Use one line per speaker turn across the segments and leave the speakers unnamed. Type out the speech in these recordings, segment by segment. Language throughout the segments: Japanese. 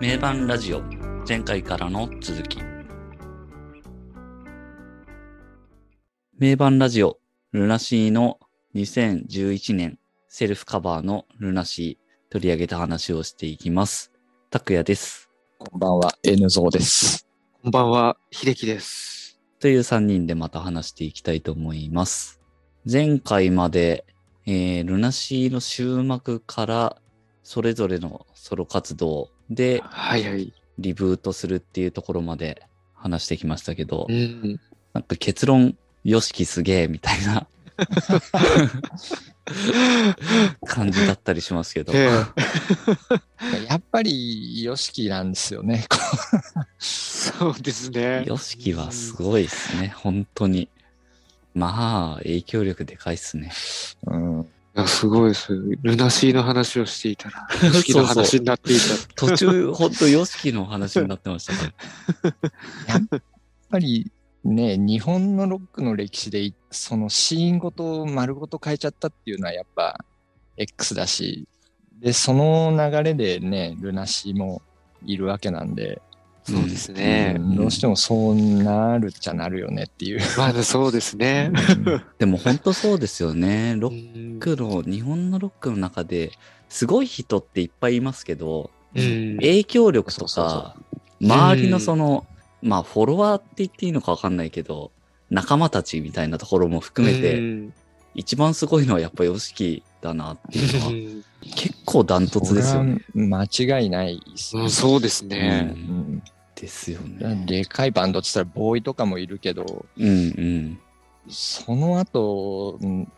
名盤ラジオ前回からの続き名盤ラジオルナシーの2011年セルフカバーのルナシー取り上げた話をしていきます拓也です
こんばんは、N ゾウです。
こんばんは、秀樹です。
という3人でまた話していきたいと思います前回まで、えールナシーの終幕からそれぞれのソロ活動で
はいはい。
リブートするっていうところまで話してきましたけど、
うん。
なんか結論、よしきすげえみたいな 感じだったりしますけど、
ええ
やっぱり、ヨシキなんですよね。
そうですね。
よしきはすごいですね、本当に。まあ、影響力でかいっ すね。
うん、
いやすごいです。ルナシーの話をしてい たら、ルナシーの話になっていた。
途中、本当よしきの話になってま したから。
やっぱり、ね、日本のロックの歴史で、そのシーンごと丸ごと変えちゃったっていうのは、やっぱ、X だし、で、その流れでね、ルナシーもいるわけなんで、
そう
そうですね
う。んどうしてもそうなるっちゃなるよねっていう。
まあ、そうですね。
でも本当そうですよね。ロ
う
ッ
ん
クの、日本のロックの中で、すごい人っていっぱいいますけど、
うん
影響力と
そうそう
か、周りのその、まあフォロワーって言っていいのかわかんないけど、仲間たちみたいなところも含め
う
て、
ん
一番すごいのはやっぱ YOSHIKI だなっていうのは、結構ダントツですよね。
それは間違いないです
う
ね
んそうです
う
ね。
ん
ですよね。
でかいバンドって言ったら、ボーイとかもいるけど、
うんうん。
その後、うん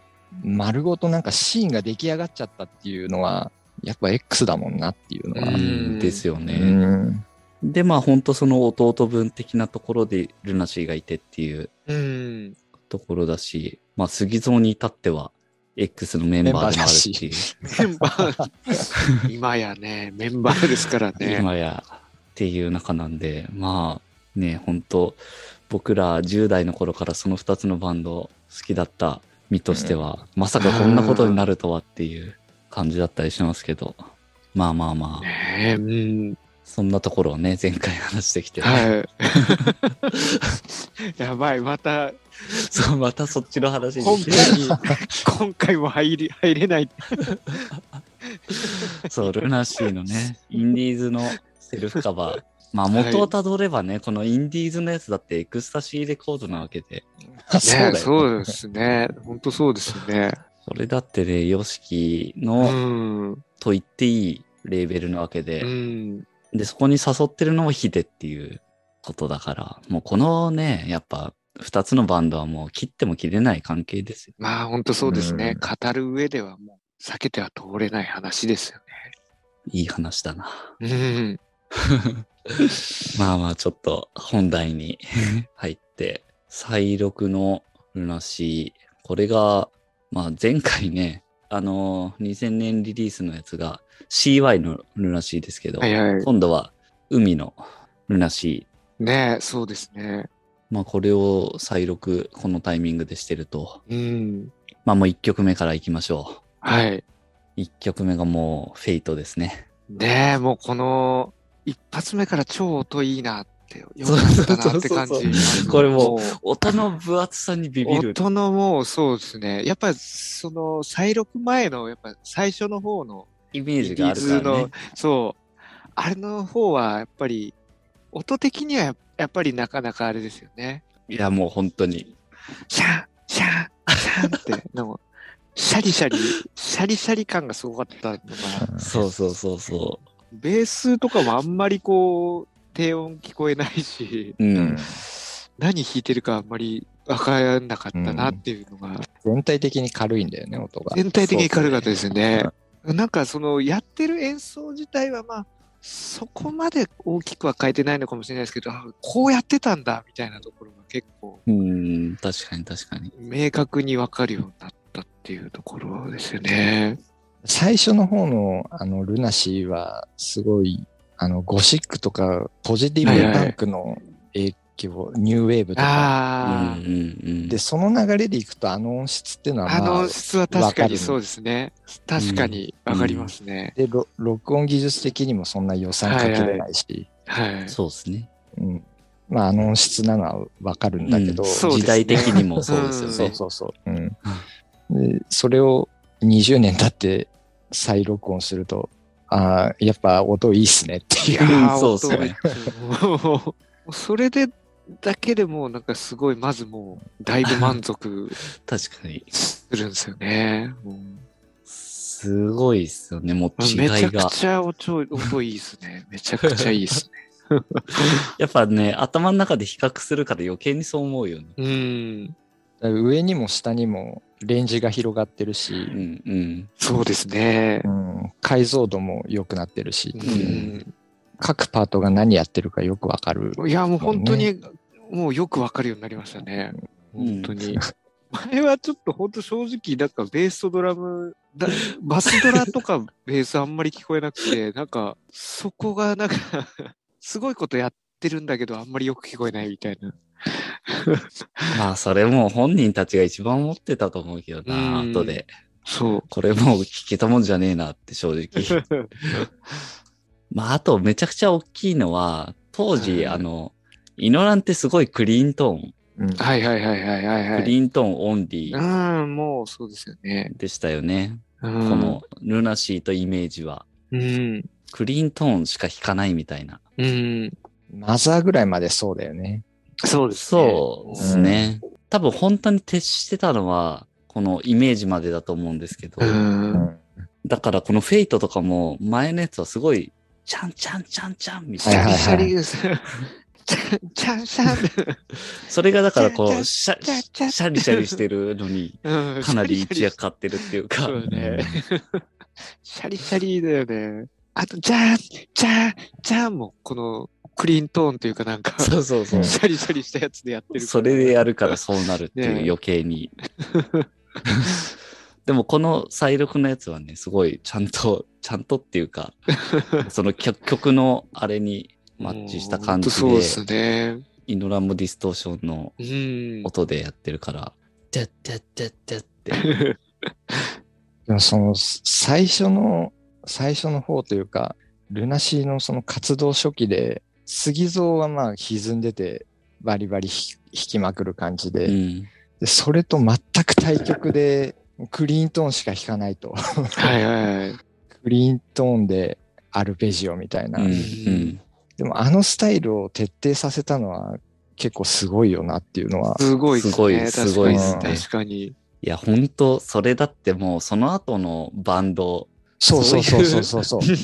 丸ごとなんかシーンが出来上がっちゃったっていうのは、やっぱ X だもんなっていうの
う
は。
ん、ですよ
う
ね。
ん。
で、まあ本当その弟分的なところでルナシーがいてっていう
うん。
ところだし、まあ杉蔵に至っては X のメンバーでもあるっていう。
メンバ ー、今やね、メンバーですからね。
今やっていう中なんでまあね本当僕ら10代の頃からその2つのバンド好きだった身としては、まさかこんなことになるとはっていう感じだったりしますけどまあまあまあ
ねえうん。
そんなところをね前回話してきて、
はい。 やばい、また
そうまたそっちの話に
本編に今回も入り入れない。
そうルナシーの ねインディーズのセルフカバーまあ元をたどればね、このインディーズのやつだってエクスタシーレコードなわけで、
そうだよ、
ね、そうですね。本当そうですね。
それだってね、ヨシキ
う
の
ん。
と言っていいレーベルなわけで、
うん。
で、そこに誘ってるのもヒデっていうことだから、もうこのね、やっぱ、二つのバンドはもう切っても切れない関係ですよ。
まあ本当そうですね。
う
語る上ではもう避けては通れない話ですよ
いい話だな。
ね。
まあまあ、ちょっと本題 に入って、再録のルナシー。これが、まあ前回ね、あのー2000年リリースのやつが CY のルナシーですけ
う
ど、
ん。はいはい。
今度は海のルナシー。
ねそうですね。
まあこれを再録、このタイミングでしてると。
うん。
まあもう1曲目からいきましょ
はい。
う。1曲目がもうフェイトですね。
ねもうこの一発目から超音いいなって、よかったなって感
そうそう
じ
そう。これも
う
音の分厚さにビビる。
音のもうそうですね。やっぱその再録前のやっぱ最初の方の
イメージがあるからね。
そう。あれの方は、やっぱり、音的にはややっぱりなかなかあれですよね。
いやもう本当に。
シャン、シャン、シャンって、 でも、シャリシャリ、シャリシャリ感がすごかったのが、
そうそうそうそ
ベースとかもあんまりこう、低音聞こえないし、
う。う
うんん。
何弾いてるかあんまりわからなかったなっていうのが、
全体的に軽いんだよね、音が。
全体的に軽かったですね。なんかそのやってる演奏自体はまあそこまで大きくは変えてないのかもしれないですけど、あこうやってたんだみたいなところが結構
うん、確かに確かに。
明確に分かるようになったっていうところですよね。
最初の方の、あの、ルナシーは、すごい、あの、ゴシックとか、ポジティブパンクの影器を、ニューウェーブとか。
うんうん
あ
うん
で、その流れでいくと、あの音質っていうのは、
あ、
まあ、
あの質は確か
わか
に
る
そうですね。確かに
うん
わかりますね。
でろ録音技術的にもそんな予算かけれないし、
はい。
そうですね。
うんまあ、あの音質なのはわかるんだけど、
うん
そうですね
時代的に もそうですよね。
そうそうそう。うん、でそれを20年経って再録音すると、ああ、やっぱ音いいっすねって
い
いう。
やー、
うんそうっすね
本当にもうそれで、だけでもうなんかすごい、まずもう、だいぶ満足
確かに。
するんですよね。うん
すごいですよね、もう違
めちゃ
い
く
が。
ちゃ音音いいです ね。めちゃくちゃいいですね。
やっぱね、頭の中で比較するから余計にそう思うよね。
うん。
上にも下にもレンジが広がってる
う
し、
んうん。
そうですね
う。ん、解像度も良くなってるし、
うん
各パートが何やってるかよくわかる。
いや、もう本当に、もうよくわかるようになりましたね。
うん
本当に。前はちょっと本当正直、なんかベースとドラム、 だバスドラとかベースあんまり聞こえなくて、なんかそこがなんか、 すごいことやってるんだけど、あんまりよく聞こえないみたいな。
まあ、それも本人たちが一番思ってたと思うけどな、
うん
後で。
そう。
これもう聞けたもんじゃねえなって正 直。まあ、あとめちゃくちゃ大きいのは、当時、
はい
あの、イノランってすごいクリーントーン、
うん
はいはいはいはいはいは
ク
い。
リーントーンオンリー
うん、もうそうですよね。
でしたよね。
こ
こ、のルナシーとイメージは。
うん、
クリーントーンしか弾かないみたいな。
うん、
マザーぐらいまでそうだよね。
そうですね。
そうですね。多分本当に徹してたのは、このイメージまでだと思うんですけど、
うん。
だからこのフェイトとかも前のやつはすごい、ちゃんちゃんちゃんちゃんみたい
はいはい
な。
シャリです。チャンチャンシャン。
それがだからこ
ちゃん
う、シャ
ちゃんちゃん
シャリシャリしてるのに、
うん
かなり一役買ってるっていうか
そ、うね
うん。
シャリシャリだよね。あと、じゃん、じゃん、じゃんも、この、クリーントーンというかなんか、シ
そうそうそうう。
ャリシャリしたやつでやってるから。
それでやるからそうなるっていう
ね
余計に。でもこの再録のやつはね、すごいちゃんと、ちゃんとっていうか、その曲曲のあれにマッチした感じ
うんほんと
で、
そうですね。
イノランもディストーションの
うん。
音でやってるから、てってってってって。
でもその最初の最初の方というかルナシーのその活動初期で杉蔵はまあ歪んでてバリバリひ弾きまくる感じで,、
うん
でそれと全く対極でクリーントーンしか弾かないと
はいはいはい。
クリーントーンでアルペジオみたいな、
うんうん
でもあのスタイルを徹底させたのは結構すごいよなっていうのは
すごいですね。
すごいすご
いです
ね
確かに。
いや、ほんと、それだってもう、その後のバン ド、
そうそうそうそうそ うそう
確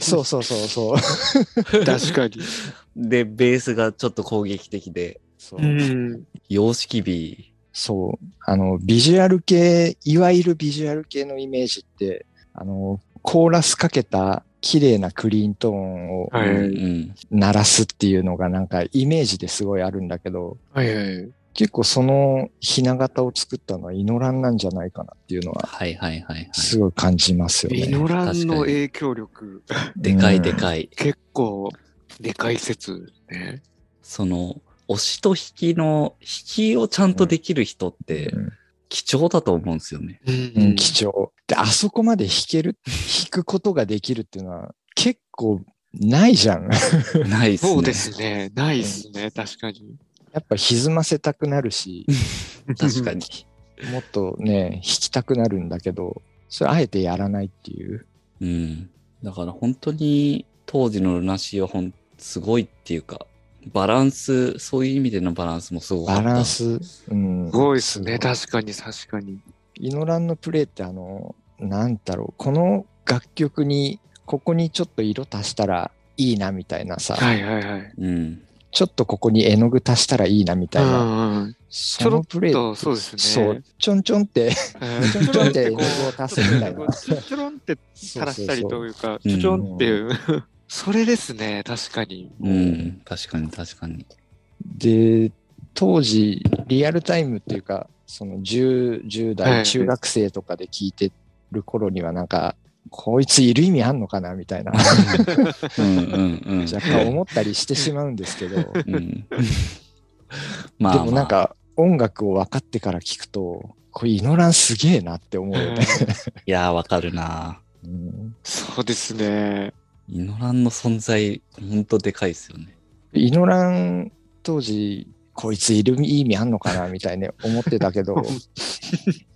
そうそうそうそう
かに。
で、ベースがちょっと攻撃的で、
そう
うん。
様式美、
そう。あの、ビジュアル系、いわゆるビジュアル系のイメージって、あの、コーラスかけた綺麗なクリーントーンを
はい
うん、
鳴らすっていうのがなんかイメージですごいあるんだけど、
はいはい。
結構そのひな形を作ったのはイノランなんじゃないかなっていうのは、
はいはいはいはい。
すごい感じますよ
イ
ね。
ノランの影響力、
でかいで
い。
かい。
結構、でかい説ね。
その、押しと引きの、引きをちゃんとできる人って
うん
貴重だと思うんですよ ね。
う
うん、貴重。で、あそこまで弾ける、弾くことができるっていうのは結構ないじゃん。
ないっすね。
そうですね。ないですね。確かに。
やっぱ歪ませたくなるし、
確かに。
もっとね、弾きたくなるんだけど、それあえてやらないっていう。
うん。だから本当に当時のルナシーはほん、すごいっていうか、バランス、そういう意味でのバランスもすごかっ
バ
た。
ランス。うん。
すごいですね。
すごい
確かに、確かに。
イノランのプレイってあの、なんだろう、この楽曲に、ここにちょっと色足したらいいなみたいなさ、
はいはいはい。
うん。
ちょっとここに絵の具足したらいいなみたいな、
うんうん
そのプレイ
ちょろっとそうですね
そう、ちょんちょんって、
ち
ちょんちょんって絵の具を足すみたいな。
ちょろんって 垂らしたり
そうそう
というか、
うん
ちょちょんっていう。 それですね。確かに。
うん。確かに確かに。
で、当時、リアルタイムっていうか、その 10, 10
はい
代、中学生とかで聞いてる頃には、なんか、こいついる意味あんのかなみたいな、
うんうんうん。
若干思ったりしてしまうんですけど、
うん。まあ、
でもなん
まあ
か音楽を分かってから聞くと、これイノランすげえなって思うよね。
いやー、わかるな。
うん
そうですね。
イノランの存在、ほんとでかいですよね。
イノラン当時、こいついる意味あんのかなみたいに思ってた けど、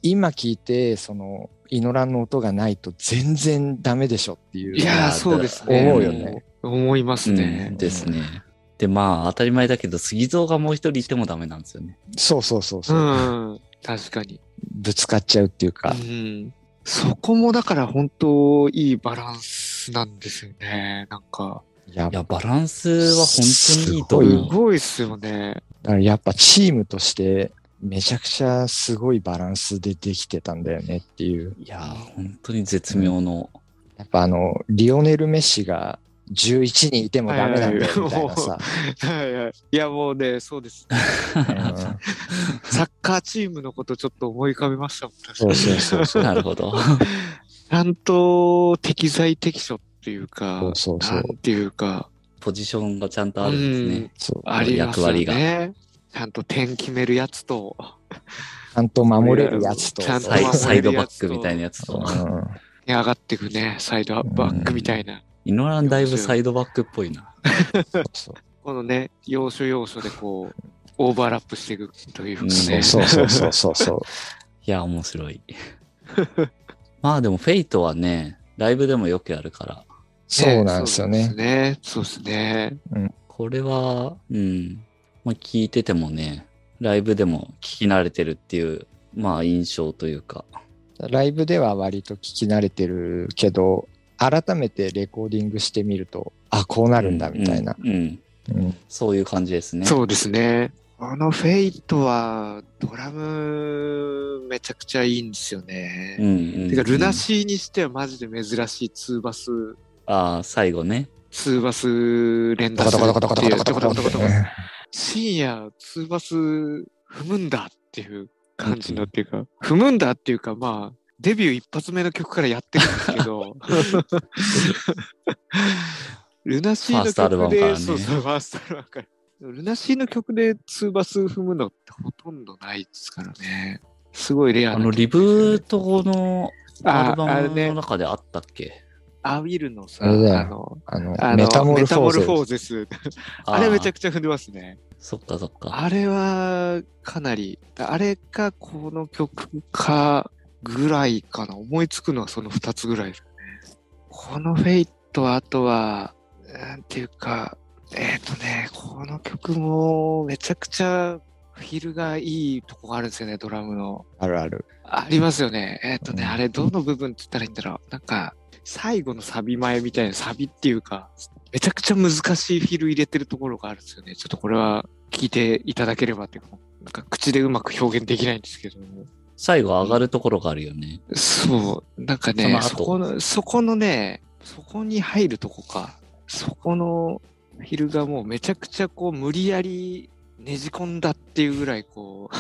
今聞いて、その、イノランの音がないと全然ダメでしょっていう。
いやー、そうですね。
思うよね。
思います
う
ね
ん。ですね。で、まあ、当たり前だけど、杉蔵がもう一人いてもダメなんですよね。
そうそうそう
う
そう、
ん。確かに。
ぶつかっちゃうっていう
う
か、
ん。そこもだから本当いいバランスなんですよね。なんか、
やっ
い
ぱ
や、バランスは本当にいいと
う
す
ん
思
ごいっすよね。
だからやっぱチームとしてめちゃくちゃすごいバランスでできてたんだよねっていう。
う。いやー、本当に絶妙の。
やっぱあの、リオネル・メッシが11人いてもダメなんだよみたい なさ。
はいはい。いや、もうね、そうです。
うん
サッカーチームのことちょっと思い浮かべましたもん。確か
そう
に
そうそうそう。
なるほど。
ちゃんと適材適所っていうか、
そうそうそう
なんていうか、
ポジションがちゃんとあるんですね。
そう
あります
役
よ
割が
ね。ちゃんと点決めるやつと、
ちゃんと守れるやつと。
ちゃんと
サイ
まあ
サイドバックみたいなやつと。
うん
ね上がってくね、サイドバックみたいな。
イノランだいぶサイドバックっぽいな。
そう
このね、要所要所でこう、オーバーラップしていくというかね。
うん
そうそうそうそうそう。
いや、面白い。 まあでも、フェイトはね、ライブでもよくやるから、
そうなんですよね。
ねそうですね。
これは、うん、まあ聞いててもね、ライブでも聞き慣れてるっていう、まあ印象というか、
ライブでは割と聞き慣れてるけど、改めてレコーディングしてみると、あ、こうなるんだみたいな。
うん、うん
うん
そういう感じですね。
そうですね。あのフェイトは、ドラム、めちゃくちゃいいんですよね。
うんうん、
てか、ルナシーにしてはマジで珍しい2バス、
ああ、最後ね。
2バス連
ド
打
コ
す
ド
る
コ
っ
ドコドコ
て
ド
いう
コドコドコドコ
ドコドコドコ深夜2バス踏むんだっていう感じのっていうか、踏むんだっていうか、まあ、デビュー一発目の曲からやってるんですけど、ルナシーの
ファーストアルバム
曲
か
で、
らね
そうそう、ファーストアルバムから。ルナシーの曲で2バス踏むのってほとんどないですからね。すごいレ
あ
アな
の、
曲
リブートの
あ
アルバ
あれ
ムの
ね、
中であったっけ
アウィルのさ、
あれだよ
あの、
あの
あ、の
メタモルフォ
メタモ
ー
ルフォーゼス。
あ
あれめちゃ
くちゃ。
くちゃ踏んでますね。
そっかそっか。
あれはかなり、あれかこの曲かぐらいかな。思いつくのはその2つぐらいですね。このフェイトはあとは、なんていうか、えっ、とね、この曲もめちゃくちゃフィルがいいとこがあるんですよね、ドラムの。
ゼあるある。
ありますよね。えっ、とね、
うん
あれどの部分って言ったらいいんだろう。なんか、最後のサビ前みたいなサビっていうか、めちゃくちゃ難しいフィル入れてるところがあるんですよね。ちょっとこれは聞いていただければっていうか、なんか口でうまく表現できないんですけども。
最後上がるところがあるよね。
そう、なんかね、
そ
そ
の後
この、そこのね、そこに入るとこか。そこのフィルがもうめちゃくちゃこう無理やりねじ込んだっていうぐらいこう、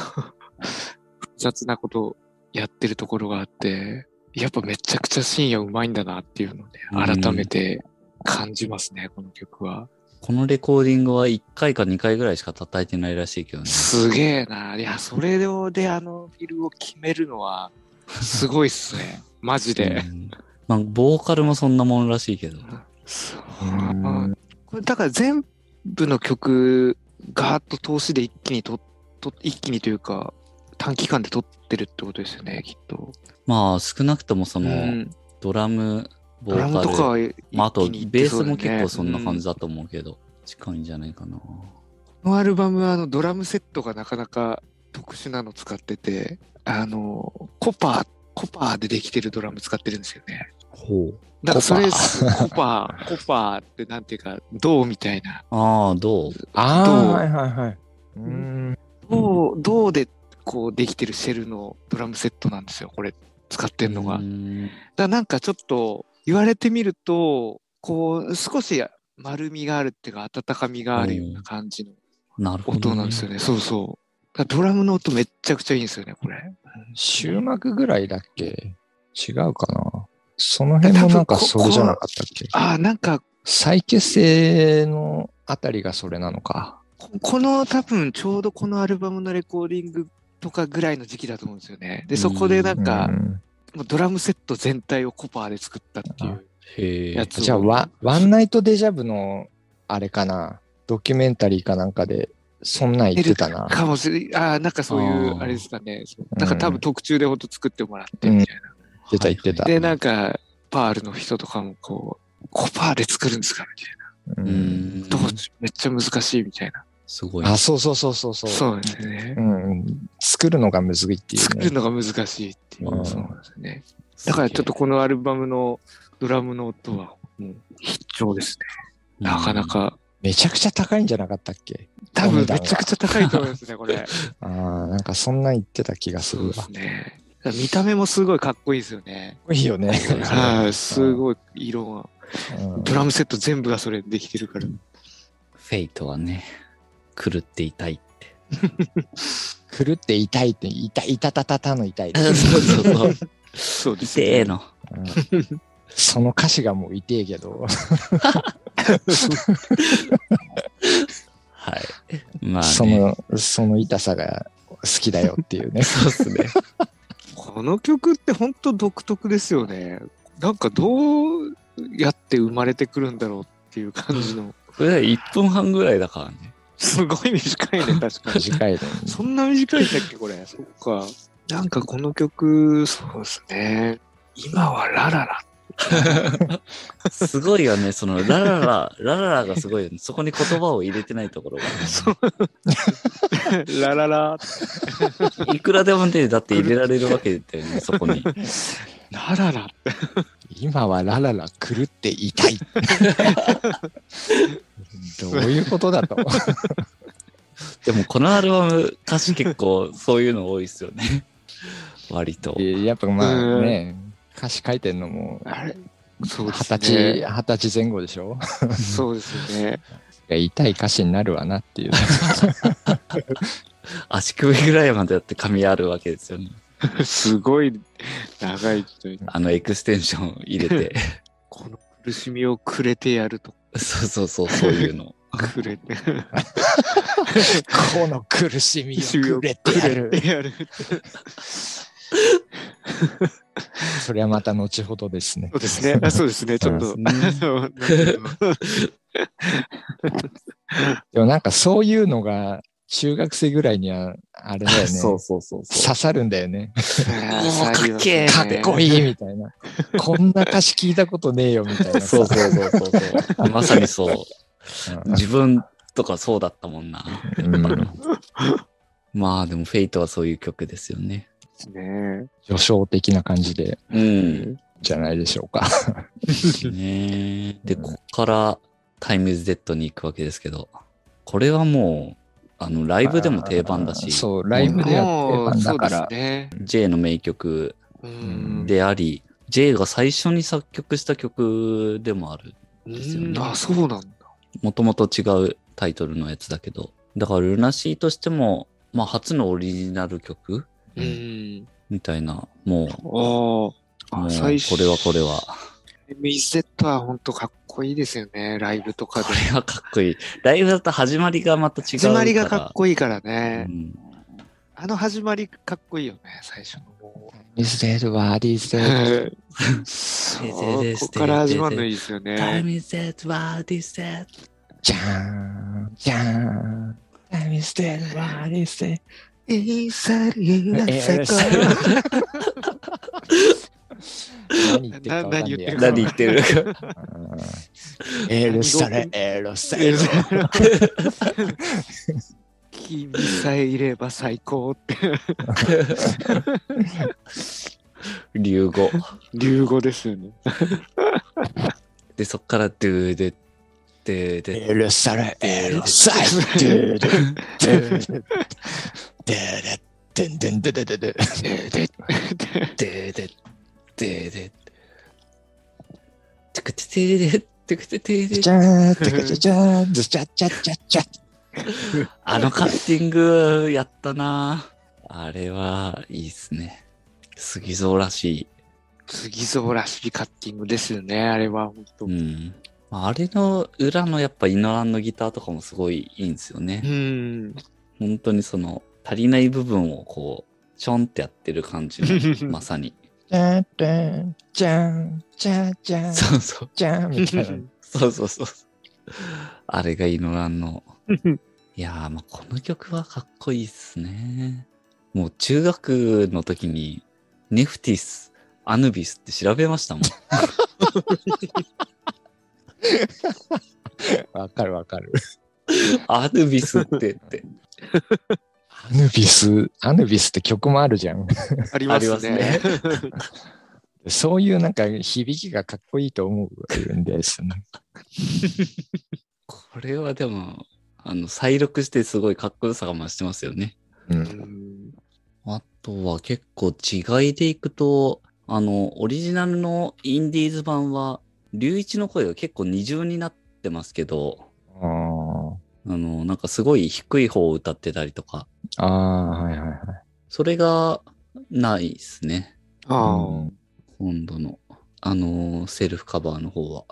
複雑なことをやってるところがあって、やっぱめちゃくちゃ深夜うまいんだなっていうのを
う
ね、
ん
改めて感じますね、この曲は。
このレコーディングは1回か2回ぐらいしか叩いてないらしいけどね。
すげえな。いや、それでであのフィルを決めるのは、すごいっすね。マジで。
うんまあ、ボーカルもそんなもんらしいけど。
そう
うん
これだから全部の曲ガーッと投資で一気にとと一気にというか短期間で撮ってるってことですよねきっと、
まあ、少なくともそうの、
ん、
ドラム、ボ
ド
ー
ラムとか
カル、
は一気に
まあ、あと、ベ
いって
ース
そうだ
も
ね
結構そんな感じ
う
だと思うけど、近いんじゃないかな。
このアルバムはあのドラムセットがなかなか特殊なの使っててあのコパーコパーでできてるドラム使ってるんですよね
ほう。
だからそれコ
コパ
パーコパーってなんていうか銅みたいな
ああ、どう
あ
ど
あ、
う
はいはいはい。うん。
銅銅でこうできてるシェルのドラムセットなんですよこれ使ってるのが
うーん
だからなんかちょっと言われてみるとこう少し丸みがあるっていうか温かみがあるような感じの
なるほど、
音なんですよね、そうそうだからドラムの音めっちゃくちゃいいんですよねこれ
終幕ぐらいだっけ違うかなその辺もなんかそうじゃなかったっけ
ああなんか
再結成のあたりがそれなのか。
ここの多分ちょうどこのアルバムのレコーディングとかぐらいの時期だと思うんですよね。で、そこでなんか、
うん
もうドラムセット全体をコパーで作ったっていう
へ
や
え。
つを
じゃあワ、ワンナイトデジャブの、あれかな、ドキュメンタリーかなんかで、そんなん言ってたな。
かもしれない。ああ、なんかそういう
あ、ー
あれですかね。そう
うん
なんか多分特注でほんと作ってもらってみたいな。
出た言ってたうん
で、なんか、パールの人とかもこう、コパーで作るんですかみたいな。
う
う
んん。
どうめっちゃ難しいみたいな。
すごい。
あ、そうそうそうそうそう。
そうですね
う。ん、作るのがむずいっていう、ね。
作るのが難しいっていう
う。ん
そうなんですね。だからちょっとこのアルバムのドラムの音は、もう必聴ですね。
うん
なかな。か。
めちゃくちゃ高いんじゃなかったっけ
多分
お値段
め
が
ちゃくちゃ高いと思いますね、こ れ。
ああ、なんかそんなん言ってた気がす
そう
る
で
わ。かっ
すね。だから見た目もすごいかっこいいですよね。
こいいよね。
はい、すごい色が。
うん
ドラムセット全部がそれできてるから。
フェイトはね、狂っていたい。
狂って痛いって、痛い、痛たたたの 痛い。
そう そうそう。
そうで
い
すね
てえの。
うんその歌詞がもう痛えけど、
はい。まあ、ね、
その、その痛さが好きだよっていう ね。
そうっすね。
この曲って本当独特ですよね。なんかどうやって生まれてくるんだろうっていう感じの。
これ1分半ぐらいだからね。
すごい短いね、 確かに。
短いのに。
そんな短いんだっけ、これ。そっか。なんかこの曲、そうですね。今はラララ。
すごいよね。その、ラララ、ラララがすごいよね。そこに言葉を入れてないところ
そう ラララ。
が。いくらでもね、だって入れられるわけだよね、そこに。
ラララ。
今はラララ狂って痛 い。どういうことだと。
でも、このアルバム、歌詞結構そういうの多いっすよね。割と。
え やっぱまあね、歌詞書いてんのも、
あれそうで
二
す
十
ね。
歳、二十歳前後でしょ
歳。そうですよね。
いや痛い歌詞になるわなって いう。
足首ぐらいまでだって髪あるわけですよね。
すごい長い人
あの、エクステンション入れ て。
この苦しみをくれてやると。
そうそうそう、そういうの。
くれて。
この苦しみをくれてやる。
やる。
それはまた後ほどですね
そう。ですね。あそうですね。ちょっと。そう
でもなんかそういうのが中学生ぐらいにはあれだ よね。
そうそうそうそう。
刺さるんだよね。
もうかっけえ
かっこい
い。
いみたいな。こんな歌詞聞いたことねえよみたい なさ。
そうそうそうそうそう。まさにそう。
う
自分とかそうだったもんな。
んうん
まあでも、フェイトはそういう曲ですよね。
ね
序章的な感じで
うん。
じゃないでしょうか。
ねえ
う
で、
ん
こっから、タイムズ・デッドに行くわけですけど、これはもう、あの、ライブでも定番だし、
そう、ライブでやって
も
る
う、
番
そ
だ
う
か
で
ら
す。ね。
J の名曲
うん。
であり、J が最初に作曲した曲でもある。ですよね
うんあ、そうなんだ。
もともと違うタイトルのやつだけど。だから、ルナシーとしても、まあ、初のオリジナル曲
う
う
ん。
みたいな、もう、
あ
もう
あ。
これはこれは。
ミゼットは本当かっこいいですよね。ライブとかで
こ。れはかっこいい。ライブだと始まりがまた違うか
始
ら。
まりがかっこいいから
う
ね。
ん
あの始まりかっこいいよね、最初のもう。
ミスデードはディスデー
そう
で
こ
でで
こから始まるのいいですよね。
Time is that, what is that?
ド。じゃーん、じゃーん。ミスデードはディスデード。何言ってるかわかんねえ
何言ってる
な
やエルサレ、エルサレ。
君さえいれば最高って。
流 語。
流語ですよね。
で、そっから、ドゥーで、で、で、
エルサレ、エルサレ。ドゥドゥドゥドゥドゥドゥドゥドゥドゥ
で、で、で、で、てくててで、てくててで
じ、ゃーん、てかじゃじゃーん、ずちゃっちゃっちゃっちゃ。
あのカッティングやったなあれはいいっすね。杉蔵らしい。
杉蔵らしいカッティングですよね、あれは本当。
うん。まああれの裏のやっぱイノランのギターとかもすごいいいんですよね。
うん。
本当にその足りない部分をこう、ちょんってやってる感じ の、まさに。
じゃんじゃんじゃんじゃんじゃん
そうそう。
じゃんみたいな。
そうそうそう。あれがイノランの。いやー、まあ、この曲はかっこいいっすね。もう中学の時に、ネフティス、アヌビスって調べましたもん。
わかるわかる。
アヌビスってって。
アヌビス、アヌビスって曲もあるじゃん。
ありま
ありますす
ね
ね。
そういうなんか響きがかっこいいと思うんですね。
これはでも、あの、再録してすごいかっこよさが増してますよね。
うん。
うん
あとは結構違いでいくと、あの、オリジナルのインディーズ版は、龍一の声が結構二重になってますけど、
あ
あの、なんかすごい低い方を歌ってたりとか、
あ、はいはいはい。
それがないですね。
ああ。
今度の、あのーセルフカバーの方は。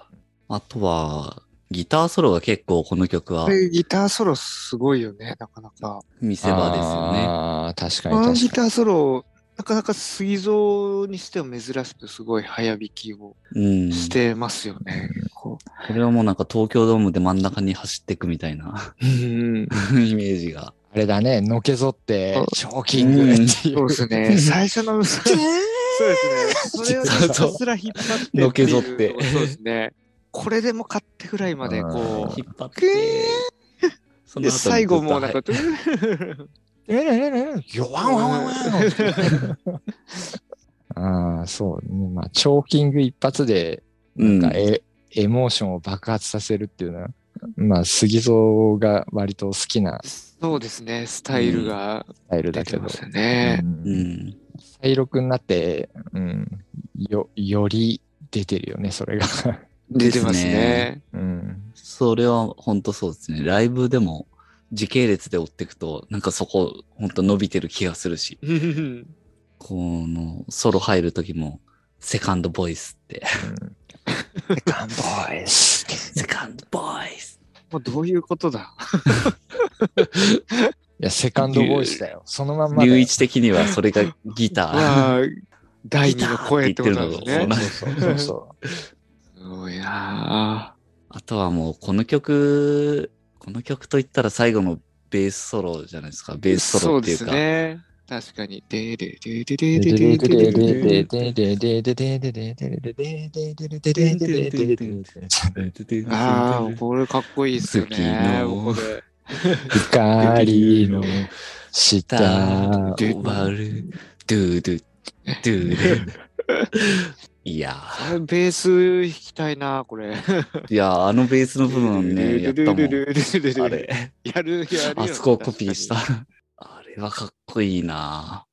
あとは、ギターソロが結構この曲は
これギターソロすごいよね、なかなか。
見せ場ですよね。
ああ、確か
この
に
ギ
確か
ターソロ、なかなか水蔵にしては珍しくすごい早弾きを
うん。
してますよね。こ
これはもうなんか東京ドームで真ん中に走っていくみたいな
ううん。
イメージが。
に。あれだね、のけぞって
あ、
ショーキングってい
そう
う。
ですね。最初の、そうですね。それをひたすら引っ張って
のけぞって
いうのがそうですね。これでも買ってぐらいまでこ
引っ張っ
く。
て。そうの後
で、
に
最後もうなん
は
か、
い
トゥ
えらいえらいえらいよわんわんわんわん。ああ、そうね。まあ、チョーキング一発で、
うん
なんかエ、エモーションを爆発させるっていうのは、まあ、杉蔵が割と好きな
そうですね。スタイルが
スタイル
出
だけ
て
ど
ま。すよね。
う
うん
ん。
再録になって、うん、よ、より出てるよね、それが。
出てます
です
ね。
うん。
それは本当そうですね。ライブでも時系列で追っていくと、なんかそこ本当伸びてる気がするし、
うん
このソロ入る時も、セカンドボイス って、
ガンボーイス。
セカンドボイス。
もうどういうことだ
いや、セカンドボイスだよ。そのまんまだよ。
龍一的にはそれがギター。
まあ、第二の声ってことなんです
ギターって言ってる
ね
の。
そうそうそうそ
すごいな
あとはもうこの曲、この曲といったら最後のベースソロじゃないですか。ベー
ぁ。
スソ
そ
ロ
う
ってい
で
う
す
か。
ね。確かに。でででで
う。
で
で
で
で
で
でで
でで
でででででででででででででで
ああ、これかっこいいっすよね。
好
こ
きの
れ。
光の下。
ダーバル、ドゥドゥ、ドゥドゥ。いやー。
ベース弾きたいなこれ。
いやー、あのベースの部分ね、やったもん。あ
あ
れ。、
やる、やる。
あそこをコピーした。。あれはかっこいいな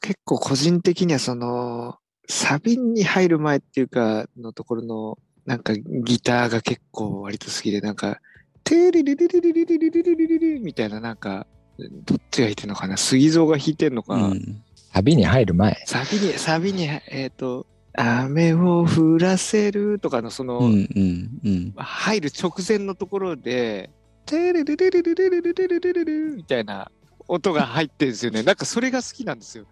結構個人的にはその、サビに入る前っていうか、のところの、なんかギターが結構割と好きで、なんか、テリリリリリリリリリリリリみたいな、なんか、どっちが弾いてんのかな杉蔵が弾いてんの
ー
かな、
うん。
サビに入る前。
サビに、サビに、えっ、と、雨を降らせるとかのその、
うんうんうん。
入る直前のところで、テレレレレレレレレレレレレみたいな音が入ってるんですよね。なんかそれが好きなんですよね。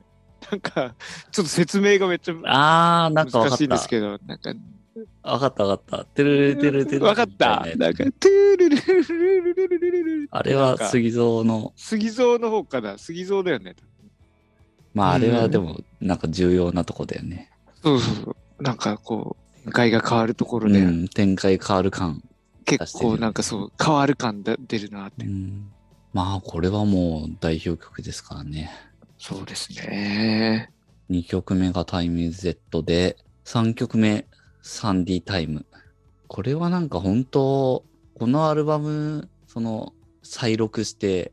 なんか、ちょっと説明がめっちゃ
あー、なんかわか
難
っ
しいんです
た。
けど、なんか、
わかったわかった。てるるてるてる。
わかった。なんか、テレレレレレレレレレ
あれは杉蔵の、
杉蔵の方かな杉蔵だよね。
まああれ
う
は
ん
でも、なんか重要なとこだよね。
そうそうそう。なんかこう、展開が変わるところ
う
で、
ん、展開変わる感。
結構なんかそう、変わる感だ出るなっ
う
て。
ん。まあ、これはもう代表曲ですからね。
そうですね。
2曲目がタイムイズ Z で、3曲目、サンディタイム。これはなんか本当、このアルバム、その、再録して、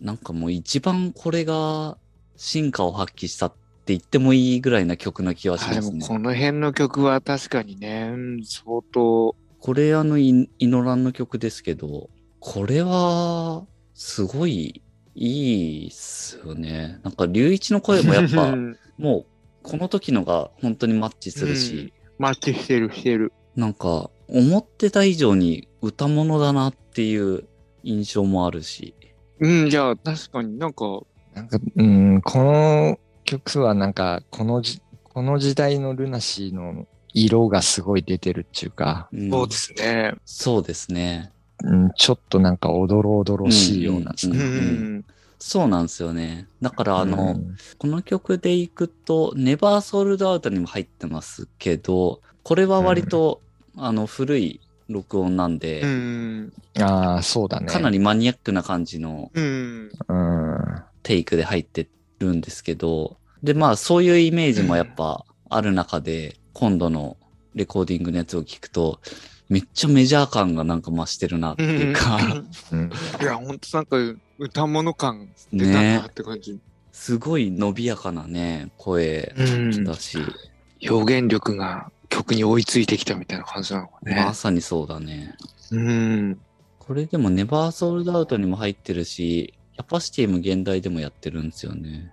なんかもう一番これが進化を発揮したって言ってもいいぐらいな曲な気はし
あ
ま
ですも
ね。
この辺の曲は確かにね、うん相当、
これあの、イイノランの曲ですけど、これは、すごいいいっすよね。なんか、龍一の声もやっぱ
う、ん
もう、この時のが本当にマッチするし、
マッチしてるしてる。
なんか、思ってた以上に歌物だなっていう印象もあるし。
うん、いや、確かになんか、
なんか、うん、この曲はなんか、このじ、この時代のルナシーの色がすごい出てるっていうか、
うん
そうですね。
そうですね。
うん、ちょっとなんかおどろおどろしいような。
うん
う
うん
ん。
そうなんですよね。だからあの、
うん
この曲でいくと、ネバーソールドアウトにも入ってますけど、これは割と、あの古い録音なんで、
うん。
ああ、そうだね。
かなりマニアックな感じの
うん。
うん。
テイクで入ってるんですけど、で、まあそういうイメージもやっぱある中で、今度のレコーディングのやつを聞くと、めっちゃメジャー感がなんか増してるなっていうか、
うん
いや、ほんとなんか、歌物感出たなって感じ。
すごい伸びやかなね、声
うん
だし、
表現力が曲に追いついてきたみたいな感じなのかね
ま。さにそうだね。
うん。
これでもネバーソールドアウトにも入ってるし、キャパシティも現代でもやってるんですよね。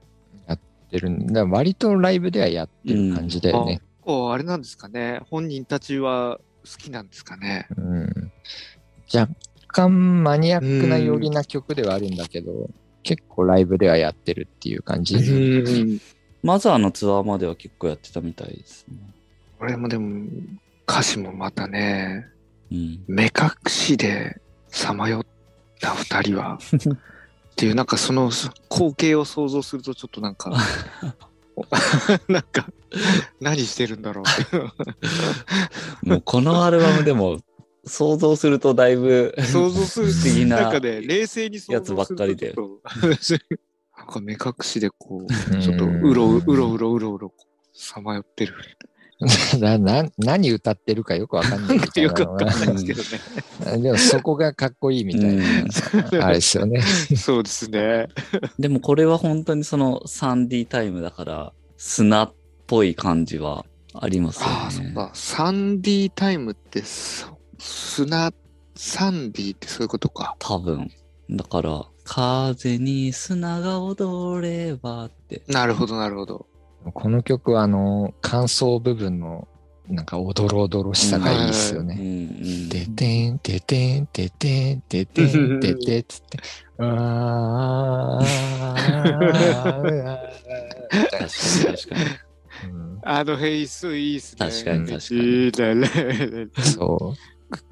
てるんだから割とライブではやってる感じだよね。
こう、あれなんですかね。本人たちは好きなんですかね。
うん、若干マニアックなよりな曲ではあるんだけど、結構ライブではやってるっていう感じ。
ん。
マザーのツアーまでは結構やってたみたいですね。
これもでも、歌詞もまたね、
うん。
目隠しでさまよった二人はっていうなんかその光景を想像するとちょっとな んかなんか何してるんだろう
もうこのアルバムでも想像するとだいぶ
って想像する
不思議な
なんかね冷静に想像すると
やつばっかりで
ちょっと なんか目隠しでこうちょっと
うん
うろううろうろうろうろさまよってる
なな何歌ってるかよくわかんな
ないん
み
か
たい
よ
な
く
の
わかん
が。
ないですけどね
でもそこがかっこいいみたいな。あれですよね。
そうですね
でもこれは本当にそのサンディタイムだから砂っぽい感じはありますよね。
ああ、そっか。サンディタイムってそ、砂、サンディってそういうことか。
多分。だから、風に砂が踊ればって。
なるほど、なるほど。
この曲はあの、感想部分のなんかおどろおどろしさがいいですよ
うんう
ね。
ん。
ててんててんててんててんててっつって。あ
確かに確かに。
あのヘイスいいっすね。
確か
に
確かに
いいだね。
そ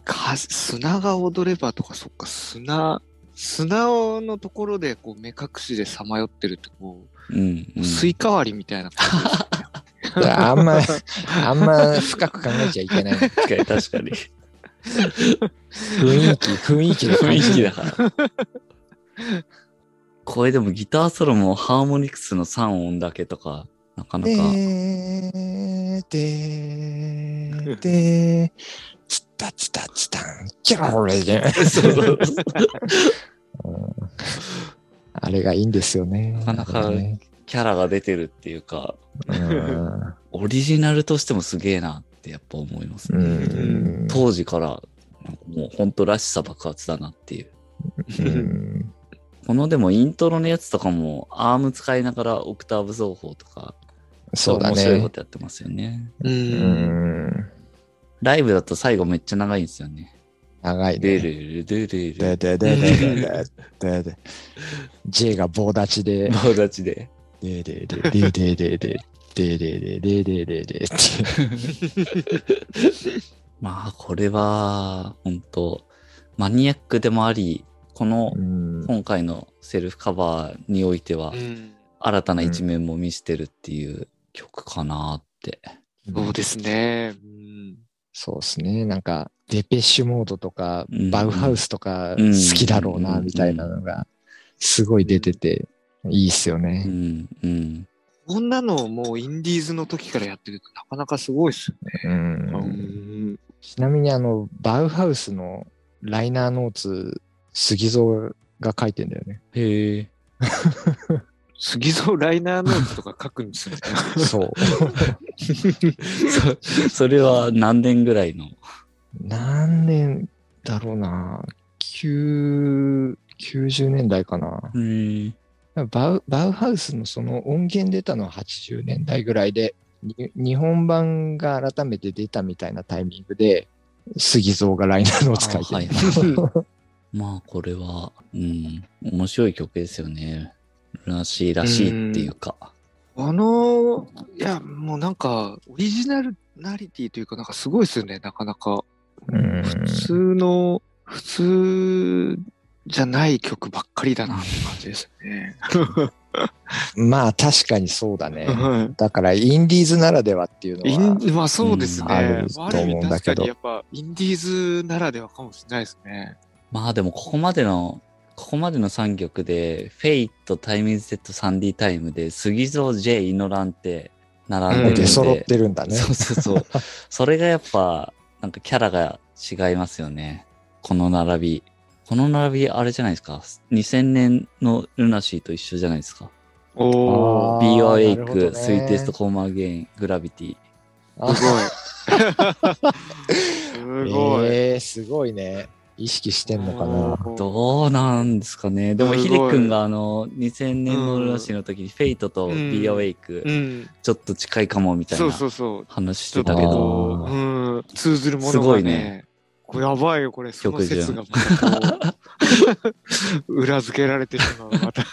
か砂が踊ればとか、そっか、砂、砂のところでこう目隠しでさまよってるってこ
うん、う
う、
ん。
スイカ割りみたいな感じですね。
う。あんま、あんま深く考えちゃいけない。雰
確かに確かに。
囲気、雰囲気で
雰囲気だから。これでもギターソロもハーモニクスの3音だけとか、なかなか。
でででつたつたつたんキャロレで
そうそうそう
あれがいいんですよね。
なかなかキャラが出てるっていうか、
うん
オリジナルとしてもすげえなってやっぱ思います
う
ね。
ん
当時から、なんかもう本当らしさ爆発だなっていう。
うん
このでもイントロのやつとかもアーム使いながらオクターブ奏法とか、
そうだ
面白いこ
ね。
とやってますよね。
う。
うんん
ライブだと最後めっちゃ長いんですよね。
長い
ル
ね。
ルルルルル
ででででででで J が棒立ちで。
友達で。
ででででででででででででででって
まあ、これは、本当マニアックでもあり、この
うん
今回のセルフカバーにおいては
う、ん
新たな一面も見せてるっていう曲かなって。
そうですね。うん
そうですね。なんか、デペッシュモードとか、
うん
バウハウスと
う
か
ん
好きだろう
う
な、
ん
みたいなのが、すごい出てて、いいっすよ
う
ね。
ん、うん。
こんなのをもうインディーズの時からやってるとなかなかすごいっすよね。
うん
うん
ちなみに、あの、バウハウスのライナーノーツ、杉蔵が書いてんだよね。
へえ。
杉蔵ライナーノートとか書くんですよ ね。
そう。
そそれは何年ぐらいの
何年だろうな。9 90年代かな。
へえ。
バウバウハウスのその音源出たのは80年代ぐらいで、に日本版が改めて出たみたいなタイミングで、杉蔵がライナーのを使い
あ
て、
はいまあこれは、うん、面白い曲ですよね。らしいらしいっていうか。
あの、いや、もうなんか、オリジナルナリティというか、なんかすごいですよね、なかなか。
うん
普通の、普通じゃない曲ばっかりだなって感じですね。
まあ確かにそうだ ね。
は
だからインディーズならではっていう
いイ
のは
ン、まあそうですね。
うんあ
る
まあある意
と思う
味
んだ
確
け
か
ど
にやっぱ、インディーズならではかもしれないですね。
まあでもここまでの、ここまでの3曲で、フェイト、タイミンズ・ゼット、サンディ・タイムで、杉蔵、J、イノランって並んでるんで。
出揃ってるんだね。
そうそうそう。それがやっぱ、なんかキャラが違いますよね。この並び。この並び、あれじゃないですか。2000年のルナシーと一緒じゃないですか。
お
あー
Be Awake、
なるほどね
Sweetest Home Again、Gravity。
あ
すごい。すごい。
えー、すごいね。意識してんのかな。
どうなんですかね。でも、
すごい
ヒデ君があの、2000年のルナシーの時に、フェイトと Be
うん
Awake、
うん。
ちょっと近いかもみたい
そう
な
そうそう。
話し
ちょ
てた
っと
け
け
ど、
ど、
あ
うん、通ずるものが、ね、
すごいね
これやばいよ、これ、その
曲順
説がまたこう 裏付けられてしまう、また。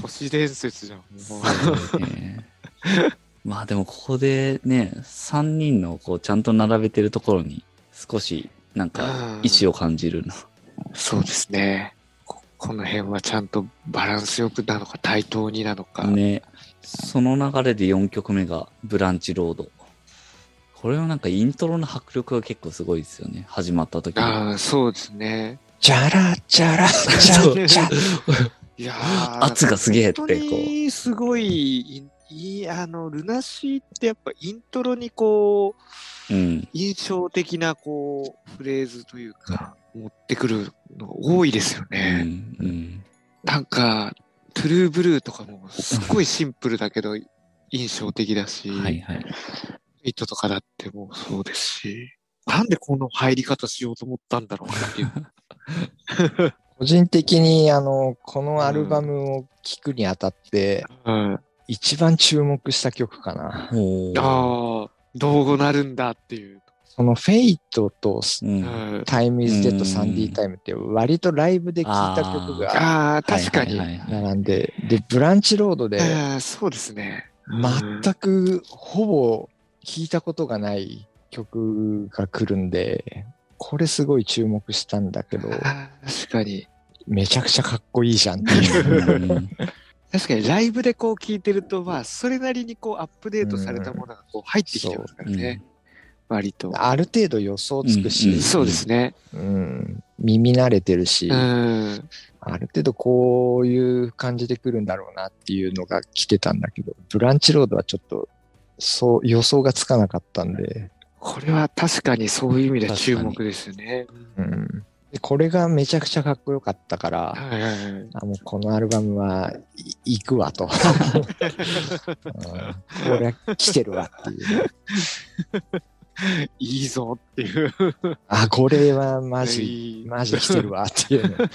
都市伝説じゃん。も
そうねまあでもここでね、3人のこうちゃんと並べてるところに少しなんか意志を感じるな。
うそうですねこ。この辺はちゃんとバランスよくなのか、対等になのか。
ね。その流れで4曲目がブランチロード。これはなんかイントロの迫力が結構すごいですよね。始まった時に。
ああ、そうですね。
じゃらじゃらじ
そう
ゃじゃ。
いやー
圧がすげえってこ
本
う
当にすごい、いいいあの、ルナシーってやっぱイントロにこう、
うん。
印象的なこうフレーズというか持ってくるの多いですよ
う
ね。
ん。うん。
なんか「トゥルーブルー」とかもすっごいシンプルだけど印象的だし「
はいはい。
イット」とかだってもうそうですしなんでこの入り方しようと思ったんだろうっ ていう。
個人的に、あの、このアルバムを聴くにあたって、
うん、あ
一番注目した曲かな。
おー
あどうなるんだっていう。
そのフェイトと
うん
うん、
タイムイズデッ
うん
ドサンディータイムって割とライブで聴いた曲が
ああ確かに。
はいはいはいはい
並んで、で、ブランチロードで
ああそうですね。うん
全くほぼ聴いたことがない曲が来るんで、これすごい注目したんだけど、
あー確かに。
めちゃくちゃかっこいいじゃんっ てい
う
う。
ん
確かにライブでこう聞いてると、まあ、それなりにこうアップデートされたものがこう入ってきてますから ね、割と。
ある程度予想つく
うん
し、
そうですね。
うん、耳慣れてるし、
うん。
ある程度こういう感じで来るんだろうなっていうのが来てたんだけど、ブランチロードはちょっとそう予想がつかなかったんで、
これは確かにそういう意味では
確かに
注目ですよね。
うん、でこれがめちゃくちゃかっこよかったから、
はいはいはい。
あもうこのアルバムはい行くわと、うん、これは来てるわっていう。
いいぞっていう。
あ、これはマジ、
いい
マジ来てるわっていうのを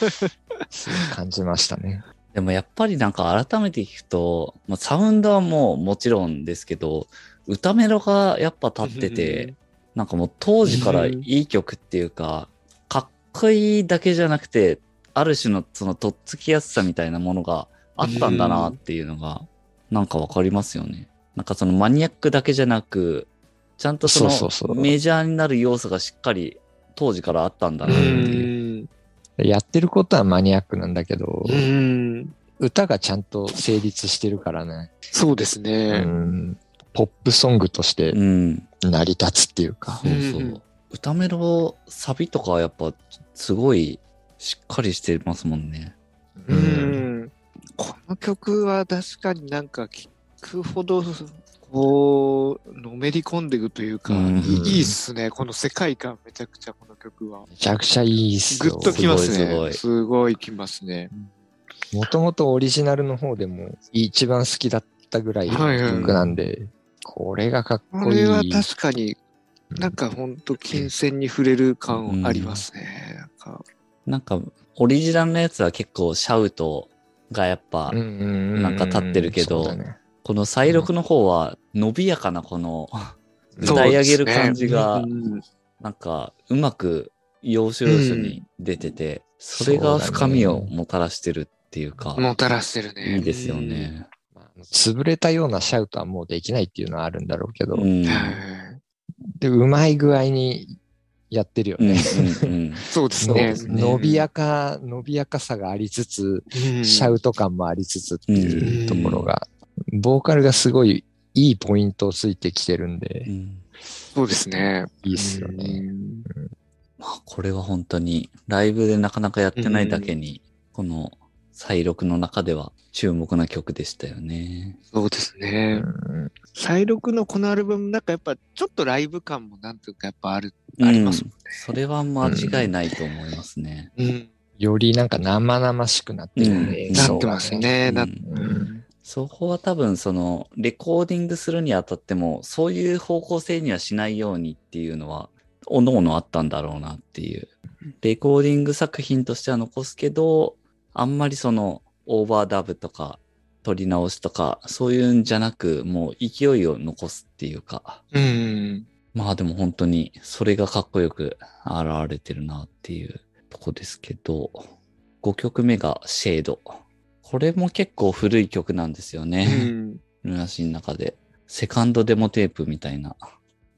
すごい感じましたね。
でもやっぱりなんか改めて聞くと、まあ、サウンドはもうもちろんですけど、歌メロがやっぱ立って て、なんかもう当時からいい曲っていうか、かっこいいだけじゃなくて、ある種のそのとっつきやすさみたいなものがあったんだなっていうのが、なんかわかりますよね。なんかそのマニアックだけじゃなく、ちゃんとそ
そうそうそ
の
う
メジャーになる要素がしっかり当時からあったんだなっていう。
やってることはマニアックなんだけど、
うんうん。
歌がちゃんと成立してるからね、
そうです
う
ね。
ん、ポップソングとして
うん。
成り立つっていうか、
そうそう。
うんうん
歌メロ、サビとかはやっぱ、すごい、しっかりしてますもんね。
うん。この曲は確かになんか聞くほど、こう、のめり込んでいくというか、
うん
いいいいっすね。この世界観、めちゃくちゃこの曲は。
めちゃくちゃいいっす
ぐっ
よ。
ときますね。
すごいすごい
すごいきますね。
もともとオリジナルの方でも一番好きだったぐらいの
はいはい
曲なんで、これがかっ
こ
こいい。
れは確かになんかほんと金銭に触れる感ありますね。なんか
なんか、オリジナルのやつは結構、シャウトがやっぱ、
うんうんうんうん
なんか立ってるけど
そうだね
この再録の方は、伸びやかなこの、 歌い上げる感じが、
うん
なんか、うまく要所要所に出てて、それが深みをもたらしてるっていうか、
もたらしてるね。
いいですよね。
まあ潰れたようなシャウトはもうできないっていうのはあるんだろうけど、
うん。
うん。
で、うまい具合にやってるよ
うん
ね。
うん
そうです
の
ね。
伸びやか、伸びやかさがありつつ、
うん
シャウト感もありつつっていうところが、ボーカルがすごいいいポイントをついてきてるん
う
で、
ん
そうですね。
いいっすよね。
うん
まあ、これは本当に、ライブでなかなかやってないだけに、この再録の中では注目な曲でしたよね。
そうですね。
うん
再録のこのアルバム、なんかやっぱちょっとライブ感もなんというかやっぱある、ありますもんね。
それは間違いないと思いますね。
うん。
よりなんか生々しくなってるよね
う。ん
映像
な
が
ってます。ね。
うん
な
うん
そこは多分そのレコーディングするにあたってもそういう方向性にはしないようにっていうのはおのおのあったんだろうなっていうレコーディング作品としては残すけどあんまりそのオーバーダブとか撮り直しとかそういうんじゃなくもう勢いを残すっていうか
うん。
まあでも本当にそれがかっこよく現れてるなっていうとこですけど、5曲目がシェード。これも結構古い曲なんですよ
う
ね。
ん。
ルナシーの中で。セカンドデモテープみたいな。
あ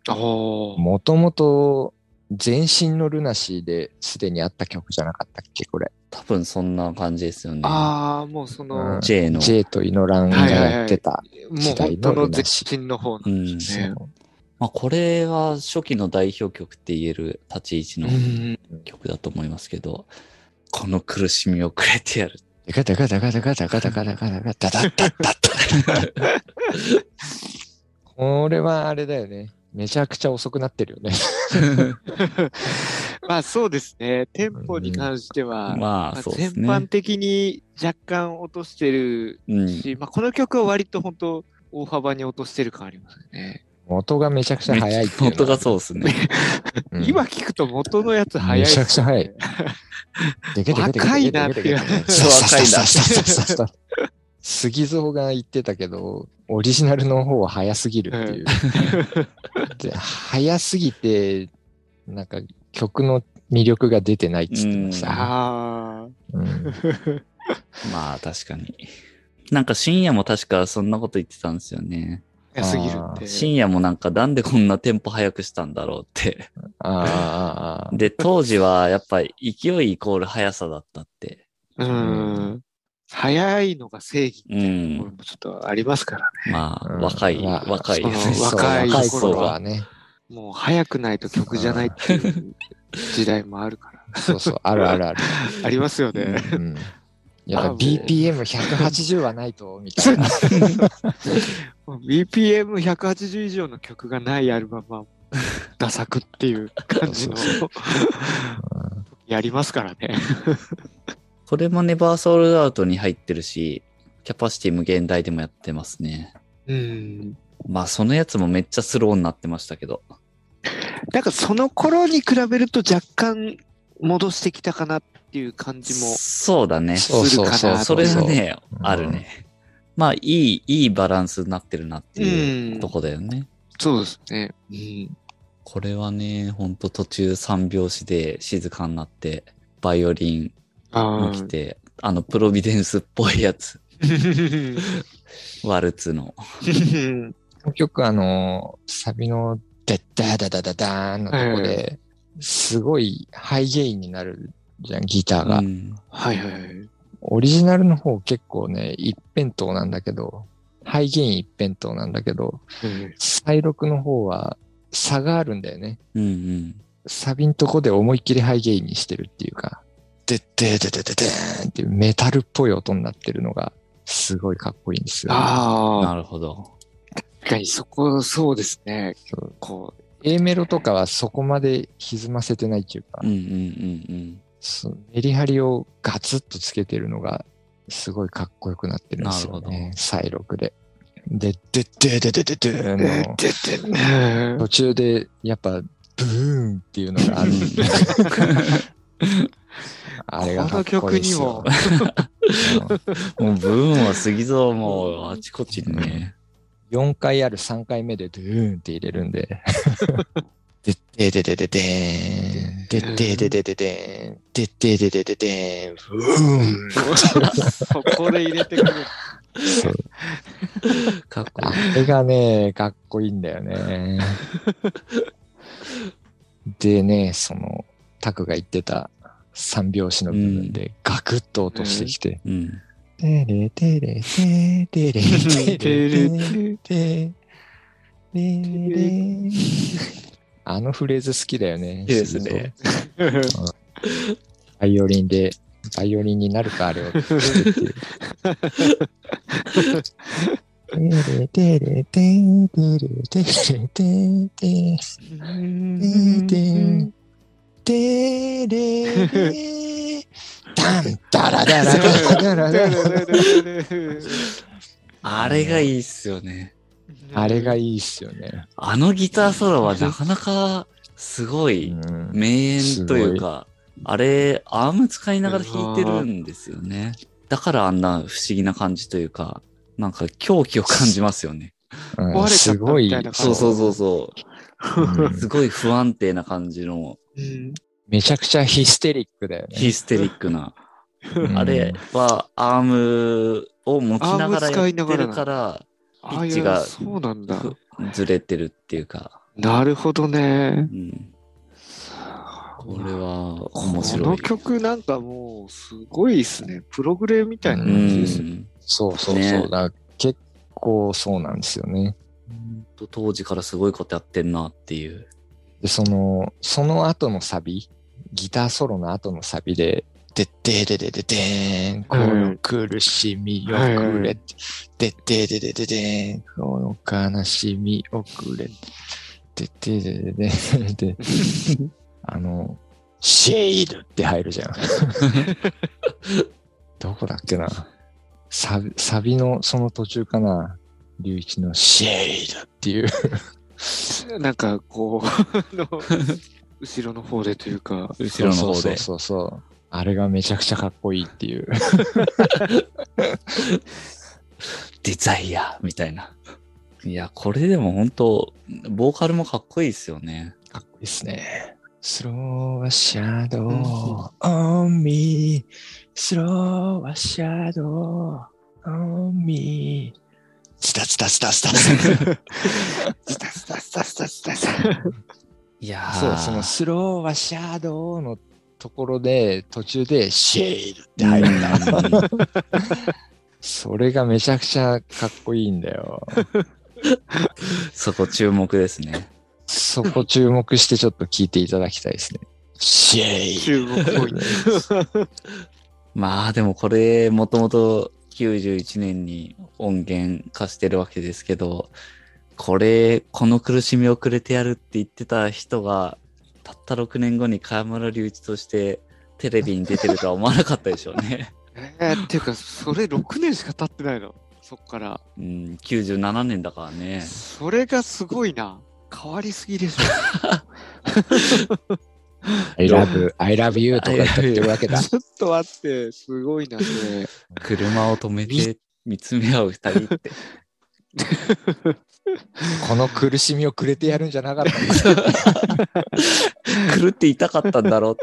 あ。
もともと全身のルナシーですでにあった曲じゃなかったっけ、これ。
多分そんな感じですよね。
ああ、もうその、
うん
J の。
J とイノランがやってた。
もう本当の絶品の方
う
の。
ん。
いはいはい
そう
まあこれは初期の代表曲って言える立ち位置
う
の
ん。
曲だと思いますけど、この苦しみをくれてや る。
ダカダカダカダカダカダカダカダカダダッダッダッこれはあれだよね。めちゃくちゃ遅くなってるよね。
まあそうですね。テンポに関して
ま
は、ま
あ
あ
そうで
全
すね。
般的に若干落としてる
うん
し、まあこの曲は割と本当大幅に落としてる感ありますよね。
元がめちゃくちゃ早いっていうのは。
本当がそうですね。
うん
今聞くと元のやつ早いっすね、
めちゃくちゃ早いでけでけでけでけでけで
若いなっていう
そう若いな
な。杉蔵が言ってたけど、オリジナルの方は早すぎるっていう。で早すぎて、なんか曲の魅力が出てないっつってましたね。
あ
うん
まあ確かに。なんか深夜も確かそんなこと言ってたんですよね。
あ、安すぎるって。
深夜もなんかなんでこんなテンポ早くしたんだろうって。
あーあーあ ー、
で、当時はやっぱり勢いイコール速さだったって。
うん。早いのが正義
う
これ
ん。
もちょっとありますからね。
まあ、
うん
若い、
まあ
若い
そ。う
そう
若い
若い
頃
頃
は
はね。
もう早くないと曲じゃないっていう時代もある から。
そうそう、あるあるある。
ありますよね。
うんいや、
あもう
BPM180 はないと、みたいな。
BPM180 以上の曲がないアルバムは、ダ作っていう感じの、やりますからね。
これもネバーソールドアウトに入ってるし、キャパシティ無限大でもやってますね。
うん。
まあ、そのやつもめっちゃスローになってましたけど。
なんかその頃に比べると若干戻してきたかなっていう感じも。
そうだね。
そうそう
する
そ
か
う
な
それがね、
うん
あるね。まあ、いい、いいバランスになってるなっていううんとこだよね。
そうですね。うん。
これはね、ほんと途中三拍子で静かになって、バイオリン
あ
が来て、あの、プロビデンスっぽいやつ、
あ。
ワルツの。
この曲、あの、サビの、ダッダーダダダダーンのとこで、すごいハイゲインになるじゃん、ギターが。
うん
はいはいはい。
オリジナルの方結構ね、一辺倒なんだけど、ハイゲイン一辺倒なんだけど、再録の方は差があるんだよね。
うんうん。
サビのとこで思いっきりハイゲインにしてるっていうか、ででででででーンっていうメタルっぽい音になってるのが、すごいかっこいいんですよ。
ああ、
なるほど。
確かにそこ、そうですね。
そう
こ
A メロとかはそこまで歪ませてないっていうか
うん、うんうんうん。
そのメリハリをガツッとつけてるのがすごいかっこよくなってるんですよ
なるほ
ね。再録で。で、で、で、で、で、で、で、
う、え
の
出てね。
途中でやっぱブーンっていうのがある。あれがかっこいいです
こ
よ
の。
もうブームは過ぎぞ、もうあちこちにね。
4回ある3回目でドゥーンって入れるんで。でってででででーん。でってででででーん。でってででででーん。ブーン。
そこで入れてくる。
そう
かっこい
あ
い。
れがね、かっこいいんだよね。でね、その、タクが言ってた三拍子の部分でガクッと落としてきて、
うん。
テレテレテレテ
てれ
レテレテレ
て
テレレあのフレーズ好きだよね。
いいですね。
バイオリンで、バイオリンになるか、あれを。テレテレテンテレテレテンテン テレレダンダラダラダラダラ
あれがいいっすよね。
あれがいいっすよね。
あのギターソロはなかなかすご
う
い
ん
名演というか、あれ、アーム使いながら弾いてるんですよね。だからあんな不思議な感じというか、なんか狂気を感じますよね。
う
壊
ん
れちゃ
す
った
ご
み
い
たいな
そうそうそうそうう。
ん
すごい不安定な感じの
めちゃくちゃヒステリックだよね。
ヒステリックな。
うん
あれはアームを持ちながらやっ
アーム使
て
いな
る
が
から、
ああい
ピッチ
う
が
そうなんだ。
ふずれてるっていうか、
なるほどね
う。ん、これは面
こ
白
の
い。
曲なんかもうすごいですね。プログレみたいな
う
感じですね。
ん、
そうそうそう。
ね
だから結構そうなんですよね。
当時からすごいことやってんなっていう。
で、その、その後のサビ、ギターソロの後のサビで、でってででででーん、この苦しみをくれって、でってででででーん、この悲しみをくれって、でってでででーんって、あの、シェードって入るじゃん。どこだっけな。サビ、サビのその途中かな。龍一のシェードっていう。
なんかこ う、あの後ろの方でというか、
後ろの方で。
そうそうそうそう。あれがめちゃくちゃかっこいいっていう。
デザイアみたいな。いや、これでも本当ボーカルもかっこいいですよね。
かっこいいですね。Slow a shadow on me, slow a shadow on me. スタスタスタスタスタ。
スタスタスタスタスタスタ。
いやー
そう、その slow a shadow のところで途中でシェードって入るんだ。
うん
それがめちゃくちゃかっこいいんだよ。
そこ注目ですね。
そこ注目してちょっと聞いていただきたいですね。シェード。
中国っ ぽい。
まあでもこれもともと91年に音源化してるわけですけどこれこの苦しみをくれてやるって言ってた人がたった6年後に河村隆一としてテレビに出てるとは思わなかったでしょう ね。
えー、っていうか、それ6年しか経ってないの。そっから。
うん、97年だからね。
それがすごいな。変わりすぎでし
I love, I love you とか言ってるわけ
ょ。
だ。
ちょっと待って、すごいな、それ。
車を止めて見つめ合う二人って。
この苦しみをくれてやるんじゃなかったんだ
狂っていたかったんだろうっ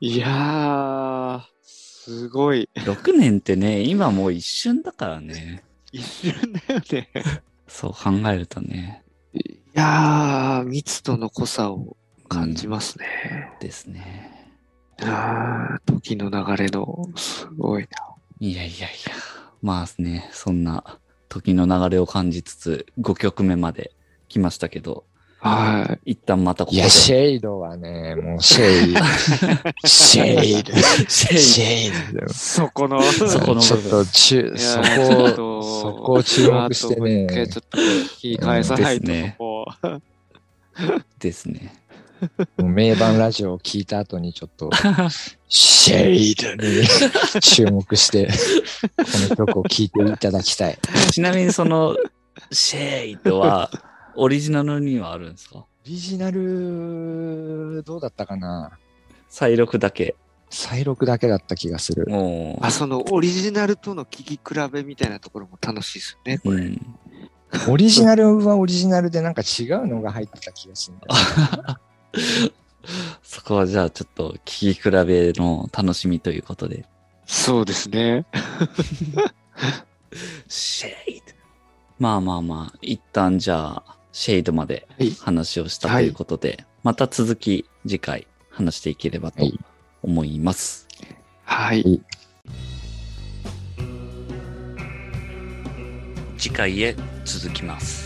いやー、すごい。
て。6年ってね、今もう一瞬だからね。
一瞬だよね。
そう考えるとね。
いやー、密度の濃さを感じますね。
ですね。
あー、時の流れの、すごい
いやいやいや。まあね、そんな時の流れを感じつつ、5曲目まで来ましたけど、
な。はい。
一旦またここ
い
で。
や、シェイドはね、もうシェイド。 シェイド。
シェイ
シェイドだよ。
そこの、
そこの
ちょ
部
っと
分。
中、
い
そ
やーちょっ
ことを、そこを注目して
あともう一回
ね
ち。ょっと聞き返さない
うんで
と、
す
そ
ね
こ。
ですね。
もう名盤ラジオを聞いた後にちょっと、シェイドに注目して、この曲を聴いていただきたい。
ちなみにその、シェイとは、オリジナルにはあるんですか
オリジナル、どうだったかな
再録だけ。
再録だけだった気がする。
も
あ、そのオリジナルとの聞き比べみたいなところも楽しいですよ
う、
ね。
うん、
オリジナルはオリジナルでなんか違うのが入ってた気がするんだよね。
そこはじゃあちょっと聞き比べの楽しみということで。
そうですね。
シェイドまあまあまあ、一旦じゃあ、シェイドまで
はい
話をした
は
と
い
いうことで、また続き次回話していければと
はい
思います。
はい。
次回へ続きます。